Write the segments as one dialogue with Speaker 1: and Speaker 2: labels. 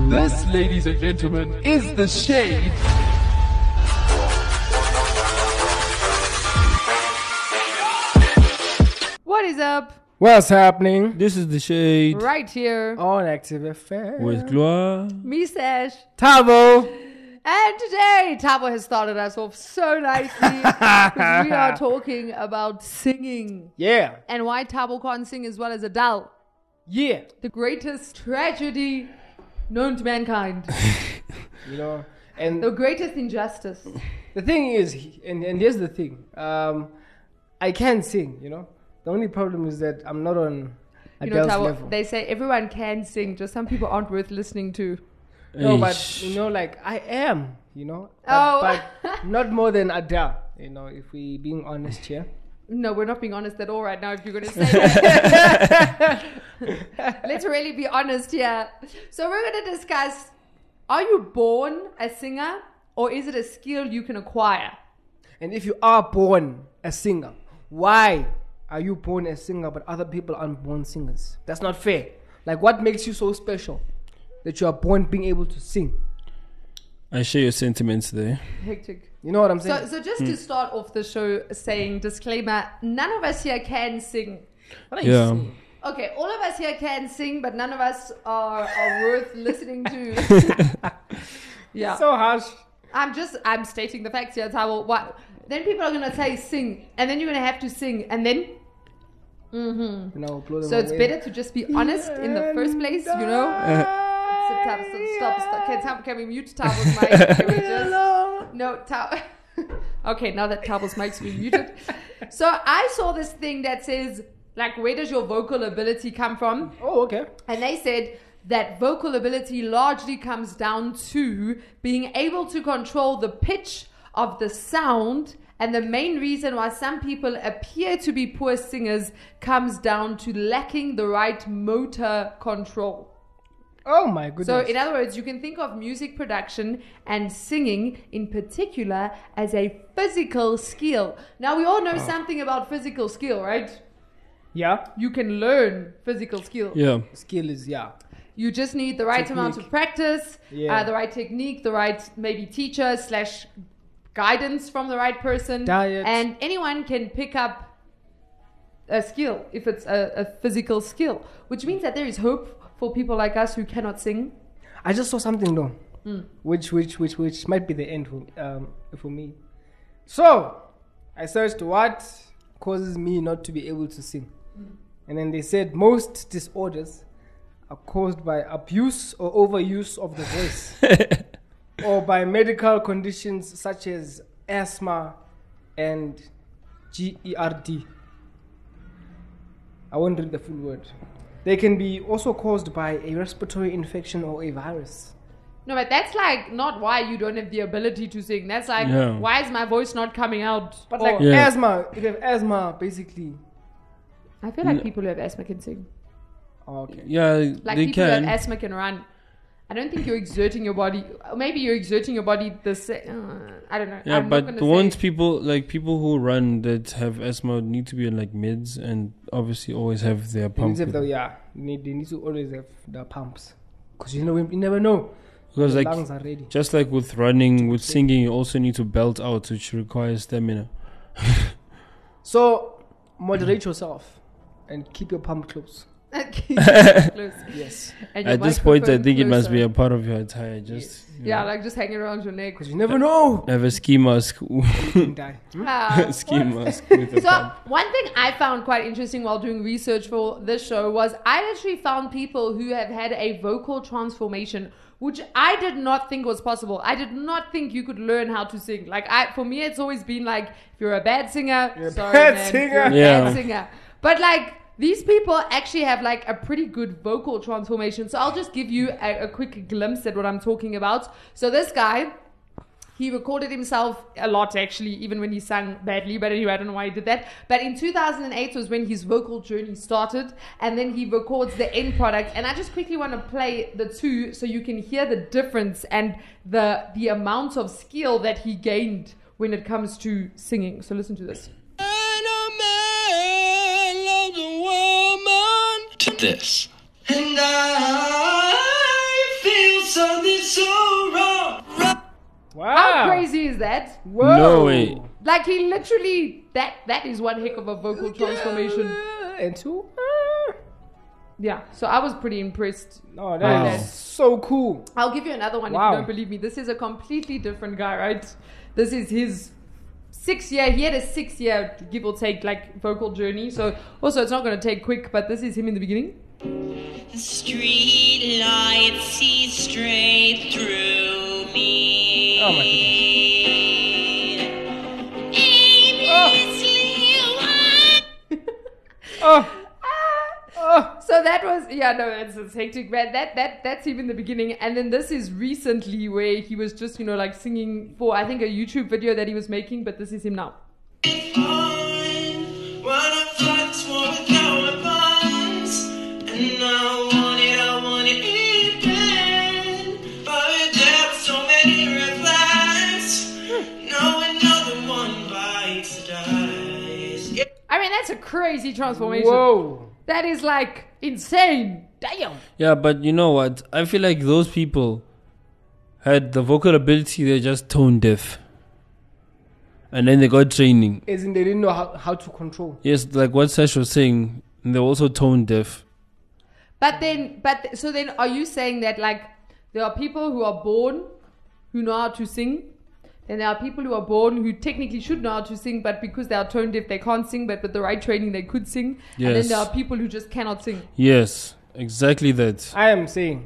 Speaker 1: This, ladies and gentlemen, is the shade.
Speaker 2: What is up?
Speaker 3: What's happening?
Speaker 4: This is the shade
Speaker 2: Right here,
Speaker 3: On Active FM.
Speaker 4: with Gloire.
Speaker 2: me Sash.
Speaker 3: Tavo.
Speaker 2: And today, Tabo has started us off so nicely. 'cause we are talking about singing
Speaker 3: Yeah.
Speaker 2: and why Tabo can't sing as well as Adele.
Speaker 3: Yeah.
Speaker 2: The greatest tragedy known to mankind,
Speaker 3: You know, and
Speaker 2: the greatest injustice.
Speaker 3: the thing is, he- and, and here's the thing um, I can sing, you know. The only problem is that I'm not on
Speaker 2: You
Speaker 3: Adele's
Speaker 2: know,
Speaker 3: level.
Speaker 2: Tabo, they say everyone can sing, just some people aren't worth listening to.
Speaker 3: no, but,
Speaker 4: Eish.
Speaker 3: you know, like, I am, you know. But,
Speaker 2: Oh.
Speaker 3: but not more than Adele, you know, if we being honest here.
Speaker 2: No, we're not being honest at all right now. If you're going to say that, let's really be honest here. So we're going to discuss: Are you born a singer, or is it a skill you can acquire?
Speaker 3: And if you are born a singer, why are you born a singer but other people aren't born singers? That's not fair. Like, what makes you so special that you are born being able to sing?
Speaker 4: I share your sentiments there.
Speaker 2: Hectic.
Speaker 3: You know what I'm
Speaker 2: So,
Speaker 3: saying?
Speaker 2: so just to start off the show, saying disclaimer: None of us here can sing.
Speaker 3: What
Speaker 4: Yeah.
Speaker 2: Okay, all of us here can sing, but none of us are, are worth listening to. yeah.
Speaker 3: So harsh.
Speaker 2: I'm just I'm stating the facts here. It's how what then people are gonna say sing, and then you're gonna have to sing, and then mm-hmm.
Speaker 3: You know, blow them
Speaker 2: so it's
Speaker 3: away.
Speaker 2: better to just be honest in the first place, you know. Stop, stop, stop, stop. Can, Tab- can we mute Tabo's mic? Can we just, no, Tab. okay, now that Tabo's mic's been muted. So I saw this thing that says like, where does your vocal ability come from?
Speaker 3: Oh, okay.
Speaker 2: And they said that vocal ability largely comes down to being able to control the pitch of the sound. And the main reason why some people appear to be poor singers comes down to lacking the right motor control.
Speaker 3: Oh my goodness.
Speaker 2: So, in other words, you can think of music production and singing in particular as a physical skill. Now, we all know something about physical skill, right?
Speaker 3: yeah.
Speaker 2: You can learn physical skill.
Speaker 4: Yeah.
Speaker 3: Skill is yeah.
Speaker 2: You just need the right amount of
Speaker 3: Technique.
Speaker 2: practice,
Speaker 3: Yeah.
Speaker 2: uh, the right technique, the right maybe teacher slash guidance from the right person.
Speaker 3: Diet.
Speaker 2: And anyone can pick up a skill if it's a, a physical skill, which means that there is hope for people like us who cannot sing.
Speaker 3: I just saw something though, which which which which might be the end for, um, for me. So I searched what causes me not to be able to sing, and then they said most disorders are caused by abuse or overuse of the voice, or by medical conditions such as asthma and GERD. I won't read the full word. They can be also caused by a respiratory infection or a virus.
Speaker 2: No, but that's like not why you don't have the ability to sing. That's like,
Speaker 4: Yeah.
Speaker 2: why is my voice not coming out?
Speaker 3: But
Speaker 2: Or-
Speaker 3: like
Speaker 4: Yeah.
Speaker 3: asthma, if you have asthma, basically.
Speaker 2: I feel like people who have asthma can sing.
Speaker 3: Oh, okay.
Speaker 4: Yeah,
Speaker 2: Like
Speaker 4: they
Speaker 2: people
Speaker 4: can.
Speaker 2: who have asthma can run. I don't think you're exerting your body. or Maybe you're exerting your body the same. I don't know.
Speaker 4: yeah,
Speaker 2: I'm not
Speaker 4: but
Speaker 2: gonna
Speaker 4: the ones
Speaker 2: say.
Speaker 4: people like people who run that have asthma need to be on like meds and obviously always have their
Speaker 3: They
Speaker 4: pump.
Speaker 3: need to have the,
Speaker 4: with-
Speaker 3: yeah, they need, they need to always have the pumps. Because you, know, you never know.
Speaker 4: Because
Speaker 3: the
Speaker 4: like
Speaker 3: lungs are ready.
Speaker 4: just like with running, with singing, you also need to belt out, which requires stamina.
Speaker 3: So, moderate yourself and keep your pump close.
Speaker 2: Close.
Speaker 3: Yes.
Speaker 2: And your
Speaker 4: At this point, I
Speaker 2: microphone
Speaker 4: think it must be
Speaker 2: closer.
Speaker 4: a part of your attire. Just you
Speaker 2: yeah,
Speaker 4: know,
Speaker 2: like just hanging around your neck.
Speaker 3: Because you never know.
Speaker 4: have a ski mask,
Speaker 3: You can die. Hmm?
Speaker 2: Ah.
Speaker 4: ski mask with a
Speaker 2: So
Speaker 4: pump.
Speaker 2: one thing I found quite interesting while doing research for this show was I actually found people who have had a vocal transformation, which I did not think was possible. I did not think you could learn how to sing. Like I, for me, it's always been like if you're a bad singer,
Speaker 3: You're a
Speaker 2: sorry,
Speaker 3: bad
Speaker 2: man,
Speaker 3: singer.
Speaker 2: you're a
Speaker 4: Yeah.
Speaker 2: bad singer. But like these people actually have like a pretty good vocal transformation. So I'll just give you a, a quick glimpse at what I'm talking about. So this guy he recorded himself a lot actually even when he sang badly but anyway i don't know why he did that but in 2008 was when his vocal journey started and then he records the end product and i just quickly want to play the two so you can hear the difference and the the amount of skill that he gained when it comes to singing so listen to this
Speaker 5: And a man loves a woman to this. And I feel so
Speaker 3: Wow.
Speaker 2: How crazy is that?
Speaker 3: Whoa.
Speaker 4: No way.
Speaker 2: Like he literally that that is one heck of a vocal transformation.
Speaker 3: And two.
Speaker 2: Yeah. So I was pretty impressed.
Speaker 3: No, Oh, that is
Speaker 4: Wow.
Speaker 3: so cool.
Speaker 2: I'll give you another one if
Speaker 3: Wow.
Speaker 2: you don't believe me. This is a completely different guy, right? This is his six year he had a six year give or take like vocal journey. So also it's not gonna take quick, but this is him in the beginning.
Speaker 5: Street lights see straight through me.
Speaker 3: Oh my goodness.
Speaker 5: Aimlessly wandering.
Speaker 3: Oh. Oh.
Speaker 2: So that was yeah no it's, it's hectic man that that that's him in the beginning and then this is recently where he was just you know like singing for I think a YouTube video that he was making but this is him now
Speaker 5: I wanna flex for the cowabunds. And I want it, I want it in bed. But there are so many red flags. No another one bites the dust. Yeah.
Speaker 2: I mean that's a crazy transformation
Speaker 3: Whoa.
Speaker 2: that is like insane damn
Speaker 4: Yeah, but you know what? I feel like those people had the vocal ability, they're just tone deaf. And then they got training.
Speaker 3: As in, they didn't know how, how to control.
Speaker 4: Yes, like what Sash was saying, they were also tone deaf.
Speaker 2: but then but th- so then are you saying that like there are people who are born who know how to sing then there are people who are born who technically should know how to sing but because they are tone deaf they can't sing but with the right training they could sing and then
Speaker 4: Yes.
Speaker 2: there are people who just cannot sing
Speaker 4: Yes, exactly that.
Speaker 3: I am saying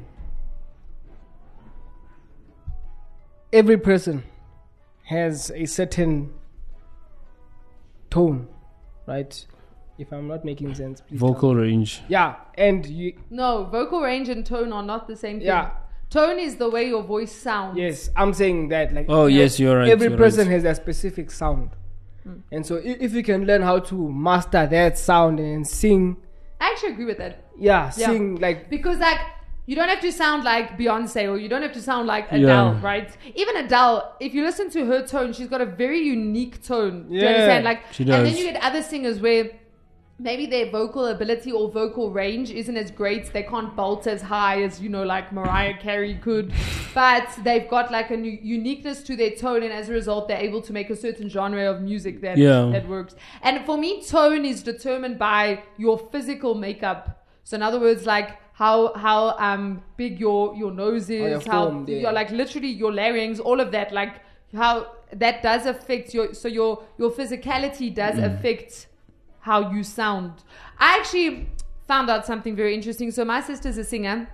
Speaker 3: every person has a certain tone, right? If I'm not making sense, please. tell me.
Speaker 4: Vocal range.
Speaker 3: Yeah, and you.
Speaker 2: No, vocal range and tone are not the same thing.
Speaker 3: Yeah.
Speaker 2: Tone is the way your voice sounds.
Speaker 3: Yes, I'm saying that. Like.
Speaker 4: Oh,
Speaker 3: you know,
Speaker 4: yes, you're right,
Speaker 3: Every
Speaker 4: you're
Speaker 3: person
Speaker 4: right.
Speaker 3: has a specific sound, and so i- if you can learn how to master that sound and sing,
Speaker 2: I actually agree with that.
Speaker 3: yeah,
Speaker 2: Yeah.
Speaker 3: sing like
Speaker 2: Because like you don't have to sound like Beyonce or you don't have to sound like
Speaker 4: Yeah.
Speaker 2: Adele, right? Even Adele, if you listen to her tone, she's got a very unique tone. Do you
Speaker 3: Yeah.
Speaker 2: understand? Like
Speaker 4: She
Speaker 2: and then
Speaker 4: does.
Speaker 2: you get other singers where maybe their vocal ability or vocal range isn't as great. They can't bolt as high as, you know, like Mariah Carey could. But they've got like a new uniqueness to their tone, and as a result, they're able to make a certain genre of music that,
Speaker 4: Yeah.
Speaker 2: that works. And for me, tone is determined by your physical makeup. So in other words, like how how um big your your nose
Speaker 3: you're
Speaker 2: is, how
Speaker 3: formed, yeah.
Speaker 2: you're like literally your larynx, all of that, like how that does affect your so your your physicality does affect how you sound. I actually found out something very interesting. So my sister's a singer.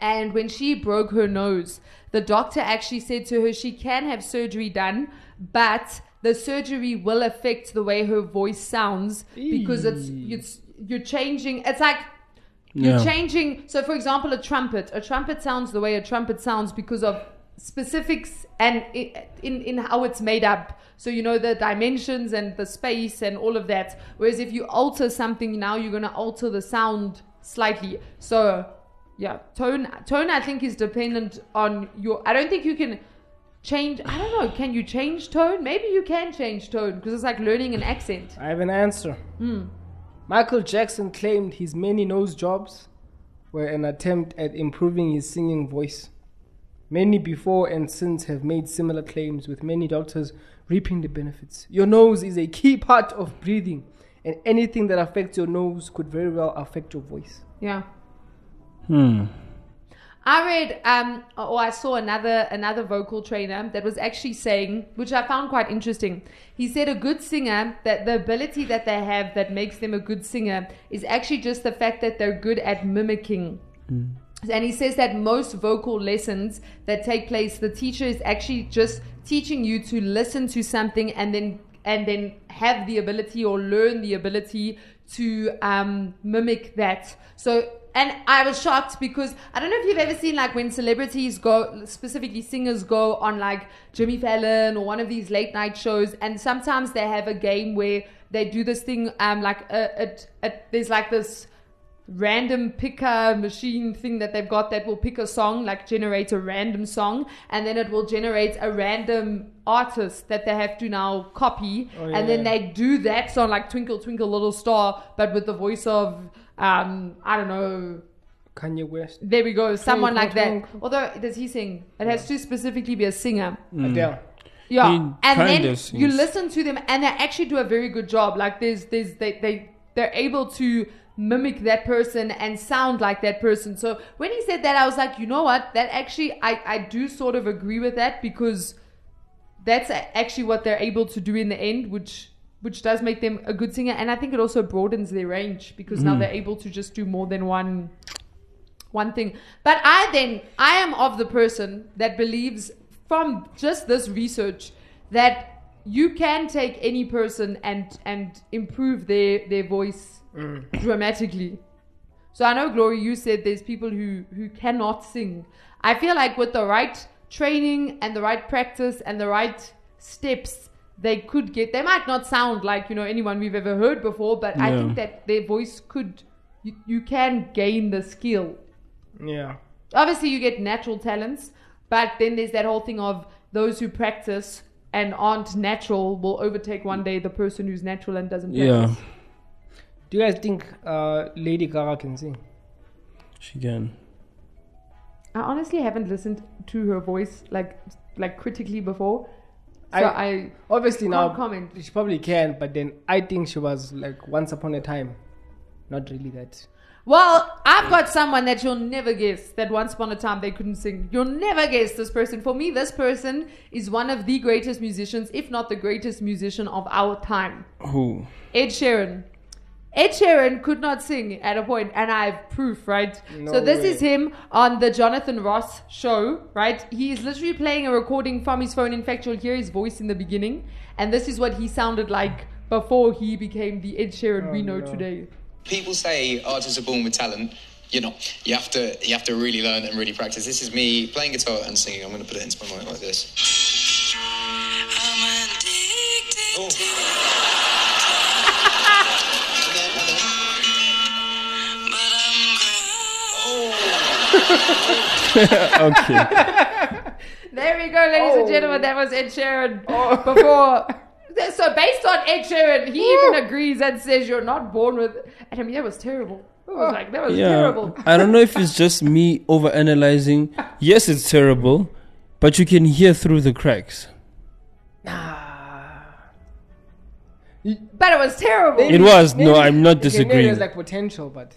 Speaker 2: And when she broke her nose, the doctor actually said to her she can have surgery done, but the surgery will affect the way her voice sounds because it's it's you're changing. It's like you're
Speaker 4: Yeah.
Speaker 2: changing. So, for example, a trumpet. A trumpet sounds the way a trumpet sounds because of specifics and i- in in how it's made up. So you know the dimensions and the space and all of that. Whereas if you alter something now, you're gonna alter the sound slightly. So, yeah, tone tone I think is dependent on your. I don't think you can change. I don't know. Can you change tone? Maybe you can change tone because it's like learning an accent.
Speaker 3: I have an answer. Michael Jackson claimed his many nose jobs were an attempt at improving his singing voice. Many before and since have made similar claims, with many doctors reaping the benefits. Your nose is a key part of breathing, and anything that affects your nose could very well affect your voice.
Speaker 2: Yeah.
Speaker 4: Hmm.
Speaker 2: I read um, or I saw another another vocal trainer that was actually saying, which I found quite interesting. He said a good singer that the ability that they have that makes them a good singer is actually just the fact that they're good at mimicking. And he says that most vocal lessons that take place, the teacher is actually just teaching you to listen to something and then and then have the ability or learn the ability to um, mimic that. So and I was shocked because I don't know if you've ever seen like when celebrities go, specifically singers go on like Jimmy Fallon or one of these late night shows, and sometimes they have a game where they do this thing um like uh it it there's like this random picker machine thing that they've got that will pick a song, like generate a random song, and then it will generate a random artist that they have to now copy.
Speaker 3: Oh,
Speaker 2: And then
Speaker 3: yeah.
Speaker 2: they do that song, like Twinkle Twinkle Little Star, but with the voice of, um, I don't know,
Speaker 3: Kanye West,
Speaker 2: There we go. Someone like that.
Speaker 3: twink.
Speaker 2: Although does he sing? It has to specifically be a singer.
Speaker 3: Adele.
Speaker 2: Yeah,
Speaker 4: He
Speaker 2: and
Speaker 4: kind
Speaker 2: then
Speaker 4: of sings.
Speaker 2: you listen to them, and they actually do a very good job. Like there's, there's, they, they, they're able to mimic that person and sound like that person. So when he said that, I was like, you know what? That actually, I, I do sort of agree with that because that's a- actually what they're able to do in the end, which. Which does make them a good singer, and I think it also broadens their range because now they're able to just do more than one one thing. But I then I am of the person that believes from just this research that you can take any person and and improve their their voice dramatically. So I know Glory, you said there's people who who cannot sing. I feel like with the right training and the right practice and the right steps, they could get. They might not sound like you know anyone we've ever heard before, but I
Speaker 4: Yeah.
Speaker 2: think that their voice could. You, you can gain the skill
Speaker 3: Yeah.
Speaker 2: obviously you get natural talents, but then there's that whole thing of those who practice and aren't natural will overtake one day the person who's natural and doesn't
Speaker 4: Yeah,
Speaker 2: practice.
Speaker 3: Do you guys think uh, Lady Gaga can sing?
Speaker 4: she can.
Speaker 2: I honestly haven't listened to her voice like like critically before. So
Speaker 3: I-
Speaker 2: I, I
Speaker 3: Obviously, now
Speaker 2: Can't comment.
Speaker 3: she probably can, but then I think she was like once upon a time, not really that.
Speaker 2: well, I've got someone that you'll never guess that once upon a time they couldn't sing. You'll never guess this person. For me, this person is one of the greatest musicians, if not the greatest musician of our time.
Speaker 4: Who?
Speaker 2: Ed Sheeran. Ed Sheeran could not sing at a point, and I have proof, right?
Speaker 3: No
Speaker 2: so this
Speaker 3: way.
Speaker 2: is him on the Jonathan Ross show, right? He is literally playing a recording from his phone. In fact, you'll hear his voice in the beginning, and this is what he sounded like before he became the Ed Sheeran we know
Speaker 3: Oh, no.
Speaker 2: today.
Speaker 6: people say artists are born with talent. You're not. You have to. You have to really learn and really practice. This is me playing guitar and singing. I'm going to put it into my mic like this.
Speaker 5: I'm addicted.
Speaker 6: Oh. And then- and then-
Speaker 5: But I'm grown.
Speaker 4: Okay.
Speaker 2: There we go, ladies
Speaker 3: Oh.
Speaker 2: and gentlemen. That was Ed Sheeran before. So based on Ed Sheeran, he even agrees and says you're not born with. And I mean, that was terrible. It
Speaker 3: Oh.
Speaker 2: was like that was
Speaker 4: Yeah.
Speaker 2: terrible.
Speaker 4: I don't know if it's just me overanalyzing. Yes, it's terrible, but you can hear through the cracks.
Speaker 2: But it was terrible.
Speaker 4: It was. No,
Speaker 3: Maybe-
Speaker 4: I'm not
Speaker 3: okay, maybe
Speaker 4: disagreeing.
Speaker 3: There's like potential, but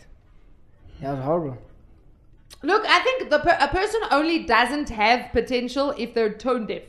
Speaker 3: that was horrible.
Speaker 2: Look, I think the per- a person only doesn't have potential if they're tone deaf.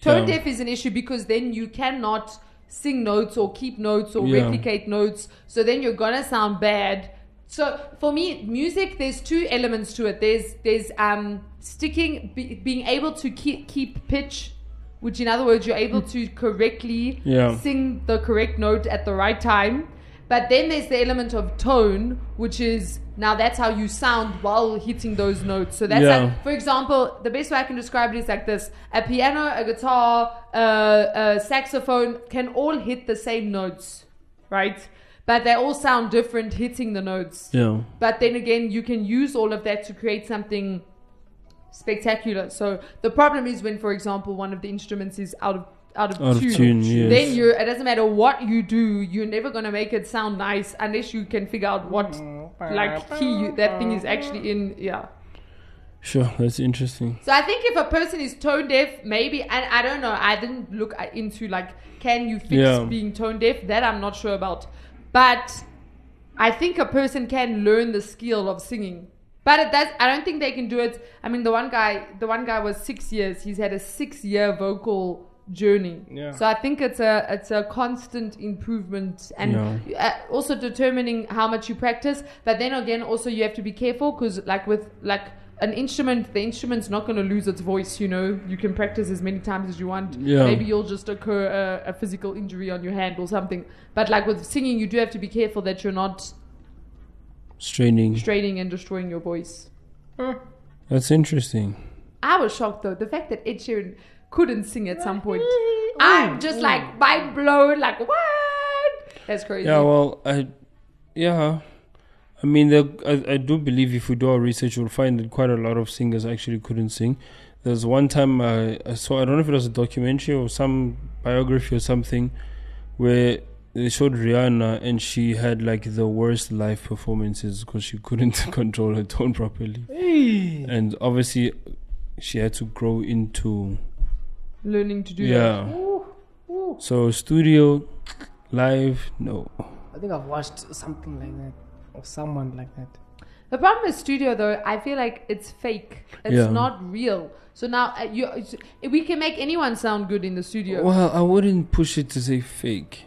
Speaker 2: Tone
Speaker 4: Yeah.
Speaker 2: deaf is an issue because then you cannot sing notes or keep notes or
Speaker 4: Yeah.
Speaker 2: replicate notes. So then you're gonna sound bad. So for me, music there's two elements to it. There's there's um sticking, be, being able to keep keep pitch, which in other words you're able to correctly
Speaker 4: Mm. Yeah.
Speaker 2: sing the correct note at the right time. But then there's the element of tone, which is now that's how you sound while hitting those notes. So that's
Speaker 4: Yeah.
Speaker 2: like, for example, the best way I can describe it is like this: a piano, a guitar, uh, a saxophone can all hit the same notes, right? But they all sound different hitting the notes.
Speaker 4: Yeah.
Speaker 2: But then again, you can use all of that to create something spectacular. So the problem is when, for example, one of the instruments is out of out of
Speaker 4: Out of
Speaker 2: tune.
Speaker 4: tune, yes.
Speaker 2: Then you it doesn't matter what you do, you're never gonna make it sound nice unless you can figure out what like key you, that thing is actually in. Yeah.
Speaker 4: Sure, that's interesting.
Speaker 2: So I think if a person is tone deaf, maybe and I don't know, I didn't look into like can you fix
Speaker 4: Yeah.
Speaker 2: being tone deaf? That I'm not sure about, but I think a person can learn the skill of singing. But it does. I don't think they can do it. I mean, the one guy, the one guy was six years. He's had a six-year vocal journey.
Speaker 3: Yeah.
Speaker 2: So I think it's a it's a constant improvement and uh, also determining how much you practice. But then again, also you have to be careful because like with like an instrument, the instrument's not going to lose its voice. You know, you can practice as many times as you want.
Speaker 4: Yeah.
Speaker 2: Maybe you'll just occur a, a physical injury on your hand or something. But like with singing, you do have to be careful that you're not
Speaker 4: Straining.
Speaker 2: straining and destroying your voice.
Speaker 4: That's interesting.
Speaker 2: I was shocked though. The fact that Ed Sheeran couldn't sing at some point. I'm just like mind blown, like what? That's crazy.
Speaker 4: Yeah, well, I, yeah, I mean, there, I, I do believe if we do our research, we'll find that quite a lot of singers actually couldn't sing. There's one time I, I saw, I don't know if it was a documentary or some biography or something, where they showed Rihanna and she had like the worst live performances because she couldn't control her tone properly. And obviously, she had to grow into
Speaker 2: Learning to do
Speaker 4: yeah.
Speaker 2: that.
Speaker 4: So studio, live, no.
Speaker 3: I think I've watched something like that or someone like that.
Speaker 2: The problem with studio though, I feel like it's fake. It's
Speaker 4: Yeah.
Speaker 2: not real. So now uh, you, it's- we can make anyone sound good in the studio.
Speaker 4: Well, I wouldn't push it to say fake.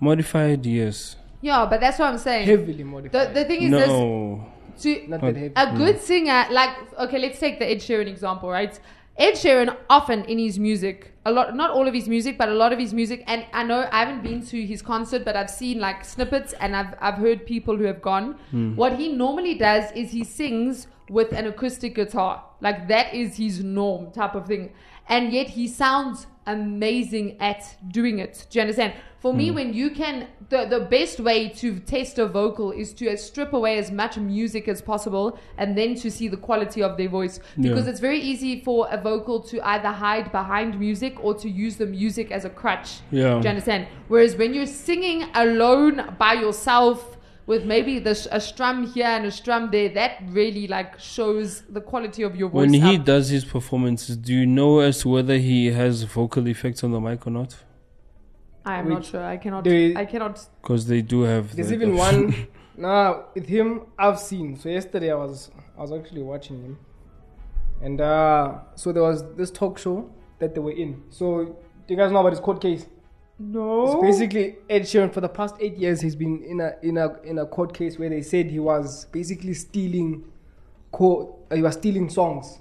Speaker 4: Modified, yes.
Speaker 2: Yeah, but that's what I'm saying.
Speaker 3: Heavily modified.
Speaker 2: The, the thing is this:
Speaker 4: No.
Speaker 2: to,
Speaker 3: Not that heavy.
Speaker 2: A good singer, like okay, let's take the Ed Sheeran example, right? Ed Sheeran often in his music, a lot, not all of his music, but a lot of his music. And I know I haven't been to his concert, but I've seen like snippets, and I've I've heard people who have gone. What he normally does is he sings with an acoustic guitar, like that is his norm type of thing, and yet he sounds amazing at doing it. Do you understand? For
Speaker 4: Hmm.
Speaker 2: me, when you can, the, the best way to test a vocal is to uh, strip away as much music as possible and then to see the quality of their voice. Because
Speaker 4: Yeah.
Speaker 2: it's very easy for a vocal to either hide behind music or to use the music as a crutch.
Speaker 4: Yeah.
Speaker 2: Do you understand? Whereas when you're singing alone by yourself, with maybe this, a strum here and a strum there, that really like shows the quality of your voice.
Speaker 4: When he
Speaker 2: up.
Speaker 4: does his performances, do you know as to whether he has vocal effects on the mic or not?
Speaker 2: I am
Speaker 3: Which-
Speaker 2: not sure. I cannot.
Speaker 3: Do you-
Speaker 2: I cannot.
Speaker 4: Because they do have.
Speaker 3: There's
Speaker 4: that
Speaker 3: even
Speaker 4: option.
Speaker 3: one. Nah, with him I've seen. So yesterday I was I was actually watching him, and uh, so there was this talk show that they were in. So do you guys know about his court case?
Speaker 2: No.
Speaker 3: It's
Speaker 2: Oh.
Speaker 3: basically Ed Sheeran for the past eight years he's been in a in a in a court case where they said he was basically stealing, co- uh, he was stealing songs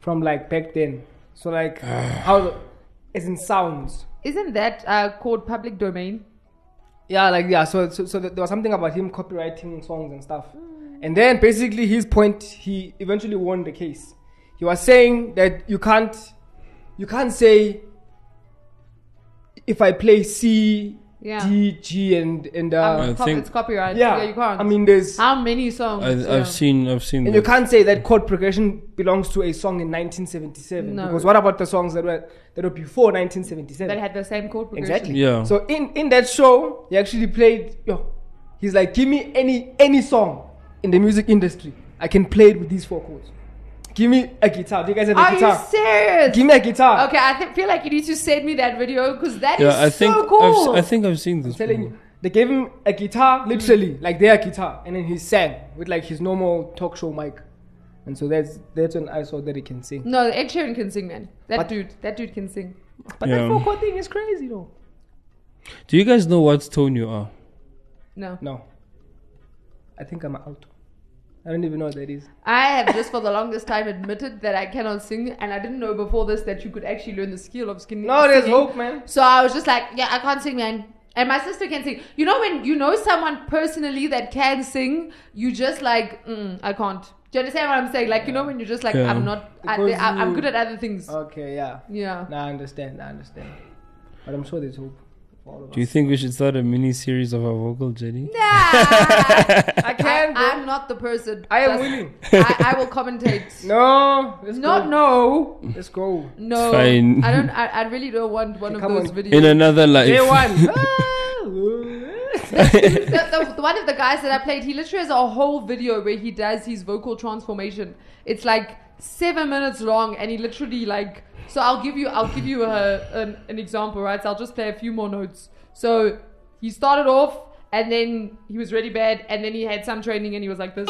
Speaker 3: from like back then. So like how, the, as in sounds.
Speaker 2: Isn't that uh, called public domain?
Speaker 3: Yeah, like yeah. So so, so there was something about him copywriting songs and stuff. And then basically his point, he eventually won the case. He was saying that you can't, you can't say if I play C, D, G,
Speaker 2: Yeah.
Speaker 3: and and
Speaker 2: Um,
Speaker 3: uh,
Speaker 4: I
Speaker 2: cop-
Speaker 4: think-
Speaker 2: it's copyright.
Speaker 3: yeah.
Speaker 2: you can't.
Speaker 3: I mean, there's
Speaker 2: how many songs?
Speaker 4: I, I've
Speaker 2: you know?
Speaker 4: seen. I've seen.
Speaker 3: and you
Speaker 4: that.
Speaker 3: can't say that chord progression belongs to a song in 1977
Speaker 2: No.
Speaker 3: because what about the songs that were that were before 1977?
Speaker 2: that had the same chord progression.
Speaker 3: Exactly.
Speaker 4: Yeah.
Speaker 3: So in in that show, he actually played. Yo, he's like, give me any any song in the music industry, I can play it with these four chords. Give me a guitar. Do you guys have a
Speaker 2: Are
Speaker 3: guitar?
Speaker 2: you serious?
Speaker 3: Give me a guitar.
Speaker 2: okay, I th- feel like you need to send me that video because that is
Speaker 4: Yeah, I think.
Speaker 2: so cool.
Speaker 4: I've, si think I've seen this.
Speaker 3: I'm telling
Speaker 4: before.
Speaker 3: you, they gave him a guitar, literally, like their guitar, and then he sang with like his normal talk show mic. And so that's that's when I saw that he can sing.
Speaker 2: no, Ed Sheeran can sing, man. That
Speaker 3: But-
Speaker 2: dude, that dude can sing.
Speaker 3: But
Speaker 4: Yeah.
Speaker 3: that four chord thing is crazy though.
Speaker 4: Do you guys know what tone you are?
Speaker 2: No,
Speaker 3: No. I think I'm out. I don't even know what that is.
Speaker 2: I have just for the longest time admitted that I cannot sing, and I didn't know before this that you could actually learn the skill of skin.
Speaker 3: No, there's
Speaker 2: singing.
Speaker 3: hope, man.
Speaker 2: So I was just like, yeah, I can't sing, man. And my sister can sing. You know, when you know someone personally that can sing, you just like, mm, I can't. Do you understand what I'm saying? Like, you know, when you're just like,
Speaker 4: Yeah.
Speaker 2: I'm not, I,
Speaker 3: Because
Speaker 2: I, am
Speaker 3: you-
Speaker 2: good at other things.
Speaker 3: Okay, yeah.
Speaker 2: yeah.
Speaker 3: Nah, I understand. I understand. But I'm sure there's hope for all of
Speaker 4: Do you
Speaker 3: us.
Speaker 4: think we should start a mini series of our vocal journey?
Speaker 3: I
Speaker 2: I,
Speaker 3: can. bro.
Speaker 2: I'm not the person.
Speaker 3: I am
Speaker 2: Just-
Speaker 3: willing.
Speaker 2: I, I will commentate.
Speaker 3: No, let's
Speaker 2: No,
Speaker 3: go.
Speaker 2: no,
Speaker 3: Let's go.
Speaker 2: no.
Speaker 4: Fine.
Speaker 2: I don't. I, I really don't want one of
Speaker 3: Come
Speaker 2: those
Speaker 3: on.
Speaker 2: videos.
Speaker 4: In another life.
Speaker 3: Day one.
Speaker 2: the, the, the one of the guys that I played, he literally has a whole video where he does his vocal transformation. It's like seven minutes long, and he literally like. So I'll give you, I'll give you a, an, an example, right? So I'll just play a few more notes. So he started off, and then he was really bad, and then he had some training, and he was like this,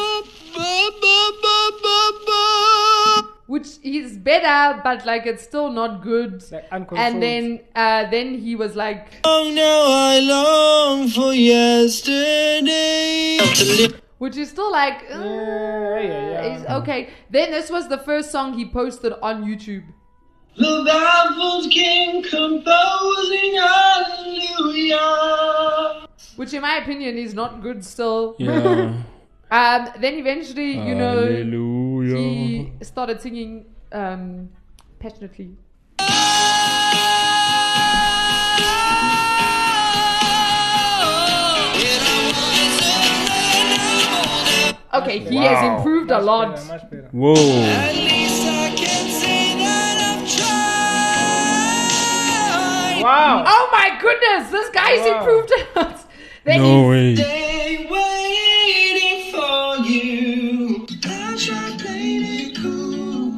Speaker 2: which is better, but like it's still not good.
Speaker 3: Like uncontrolled.
Speaker 2: and then, uh, then he was like.
Speaker 5: Oh, now I long for yesterday.
Speaker 2: which is still like uh,
Speaker 3: Yeah, yeah, yeah.
Speaker 2: is okay then this was the first song he posted on youtube
Speaker 5: The baffled king composing hallelujah.
Speaker 2: which in my opinion is not good still
Speaker 4: Yeah.
Speaker 2: um then eventually you know
Speaker 4: Hallelujah.
Speaker 2: he started singing um passionately okay he has improved a lot
Speaker 3: Much better, much better.
Speaker 4: Whoa.
Speaker 5: At least I can say that I've tried.
Speaker 3: Wow.
Speaker 2: oh my goodness this guy's
Speaker 3: Wow.
Speaker 2: improved a lot There
Speaker 4: No
Speaker 2: is-
Speaker 4: way.
Speaker 5: They waiting for you. I try playing it cool,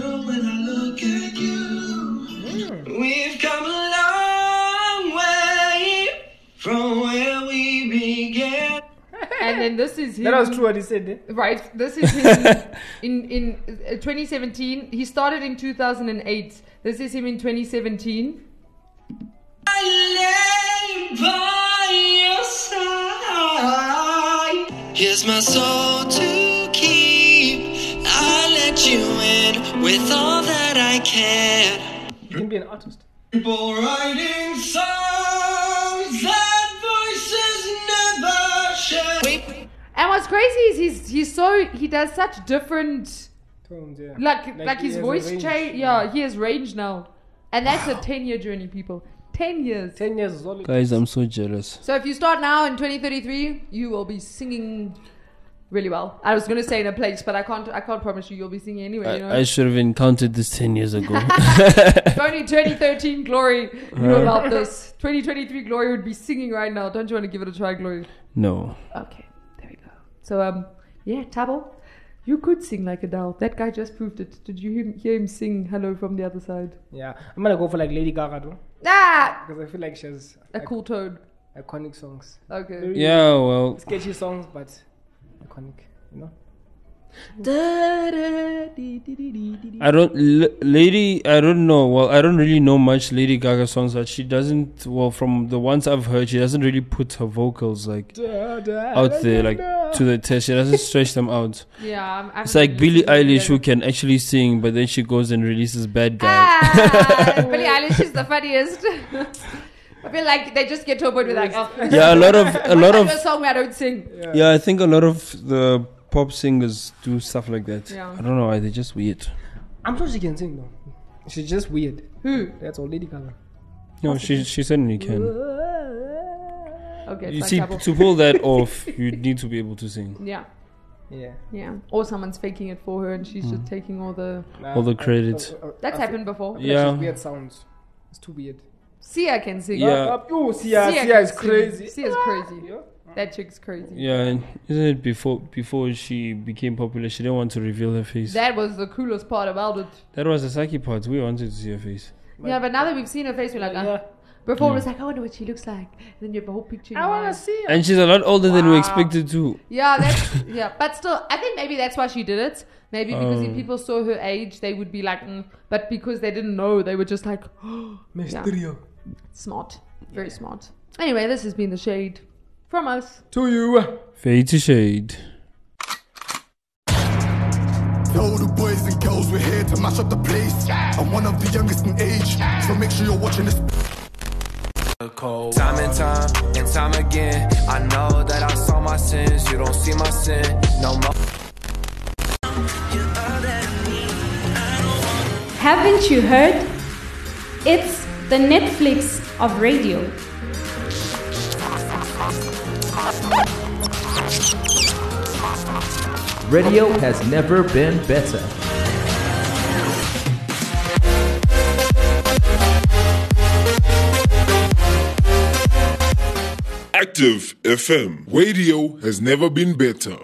Speaker 5: girl. When I look at you, we've come a long way from where we began.
Speaker 2: And then this is him.
Speaker 3: That was true what he said. eh?
Speaker 2: Right. This is him in in uh, 2017. He started in 2008. This is him in 2017.
Speaker 5: I lay by your side. Here's my soul to keep. I let you in with all that I can.
Speaker 3: You can be an artist.
Speaker 5: People writing songs that voices never share. Wait,
Speaker 2: And what's crazy is he's he's so he does such different
Speaker 3: Tones, yeah.
Speaker 2: like like,
Speaker 3: he
Speaker 2: his
Speaker 3: has a
Speaker 2: voice
Speaker 3: range.
Speaker 2: change. Yeah, he has range now, and that's a 10 year journey, people. 10 years.
Speaker 3: Ten years is all. it-
Speaker 4: Guys, I'm so jealous.
Speaker 2: So if you start now in 2033, you will be singing really well. I was going to say in a place, but I can't. I can't promise you you'll be singing anyway. You know,
Speaker 4: I, I should have encountered this 10 years ago.
Speaker 2: If only 2013 glory knew about this. 2023 glory would be singing right now. Don't you want to give it a try, glory?
Speaker 4: no.
Speaker 2: Okay, there we go. So um, yeah, Tabo, you could sing like Adele. That guy just proved it. Did you hear him- hear him sing "Hello" from the other side?
Speaker 3: Yeah, I'm gonna go for like Lady Gaga though,
Speaker 2: Ah,
Speaker 3: because I feel like she has
Speaker 2: a cool tone.
Speaker 3: ic- iconic songs,
Speaker 2: Okay.
Speaker 4: Yeah, well,
Speaker 3: sketchy songs, but iconic. You know.
Speaker 4: I don't. L- Lady, I don't know. Well, I don't really know much Lady Gaga songs that she doesn't. Well, from the ones I've heard, she doesn't really put her vocals like out there, like to the test. She doesn't stretch them out.
Speaker 2: Yeah, I'm, I'm
Speaker 4: It's like Billie Eilish who can actually sing, but then she goes and releases Bad Guy.
Speaker 2: Ah, Billie Eilish is the funniest. I feel like they just get to a point where they're like, oh,
Speaker 4: Yeah, a lot of a lot
Speaker 2: I'm
Speaker 4: of
Speaker 2: a song where I don't sing.
Speaker 4: yeah. I think a lot of the pop singers do stuff like that.
Speaker 2: Yeah.
Speaker 4: I don't know why they're just weird.
Speaker 3: I'm sure she can sing though. She's just weird.
Speaker 2: Who?
Speaker 3: That's all Lady Gaga.
Speaker 4: No, she she certainly can.
Speaker 2: Okay, it's
Speaker 4: You
Speaker 2: like
Speaker 4: see,
Speaker 2: Tabo.
Speaker 4: to pull that off, you need to be able to sing.
Speaker 2: Yeah,
Speaker 3: Yeah.
Speaker 2: yeah. Or someone's faking it for her and she's
Speaker 4: Hmm.
Speaker 2: just taking all the.
Speaker 3: Nah,
Speaker 4: All the
Speaker 3: I- I-
Speaker 4: credits.
Speaker 3: I- I- I
Speaker 2: That's
Speaker 3: feel-
Speaker 2: happened before.
Speaker 3: I feel like
Speaker 2: Yeah.
Speaker 3: she has
Speaker 4: Yeah.
Speaker 3: Weird sounds. It's too weird.
Speaker 2: Sia can sing.
Speaker 4: Yeah.
Speaker 3: Up, up. Ooh, Sia, Sia,
Speaker 2: can
Speaker 3: is
Speaker 2: sing.
Speaker 3: crazy. Ah.
Speaker 2: Sia is crazy.
Speaker 3: Yeah.
Speaker 2: That chick's crazy.
Speaker 4: Yeah, and isn't it before before she became popular, she didn't want to reveal her face. That,
Speaker 2: That was the coolest part about it.
Speaker 4: was the sucky part. We wanted to see her face.
Speaker 2: yeah, but now that we've seen her face, we're like, uh,
Speaker 3: Yeah.
Speaker 2: before it was like, I wonder what she looks like. And then you have a whole picture. in
Speaker 3: I
Speaker 2: your
Speaker 3: wanna
Speaker 2: mind.
Speaker 3: see her.
Speaker 4: And she's a lot older than we
Speaker 2: Wow.
Speaker 4: expected to.
Speaker 2: Yeah, that's yeah. But still, I think maybe that's why she did it. Maybe because if
Speaker 3: Oh.
Speaker 4: Um.
Speaker 2: people saw her age, they would be like, mm. but because they didn't know, they were just like, oh,
Speaker 3: Mysterio.
Speaker 2: smart, very smart. Anyway, this has been the shade from us.
Speaker 3: To you.
Speaker 4: Fade to shade.
Speaker 7: Yo, the boys and girls, we're here to mash up the place. I'm one of the youngest in age, so make sure you're watching this.
Speaker 8: Time and time and time again, I know that I saw my sins. You don't see my sin no more.
Speaker 9: Haven't you heard? It's the Netflix of radio.
Speaker 10: Radio has never been better.
Speaker 11: Active FM. Radio has never been better.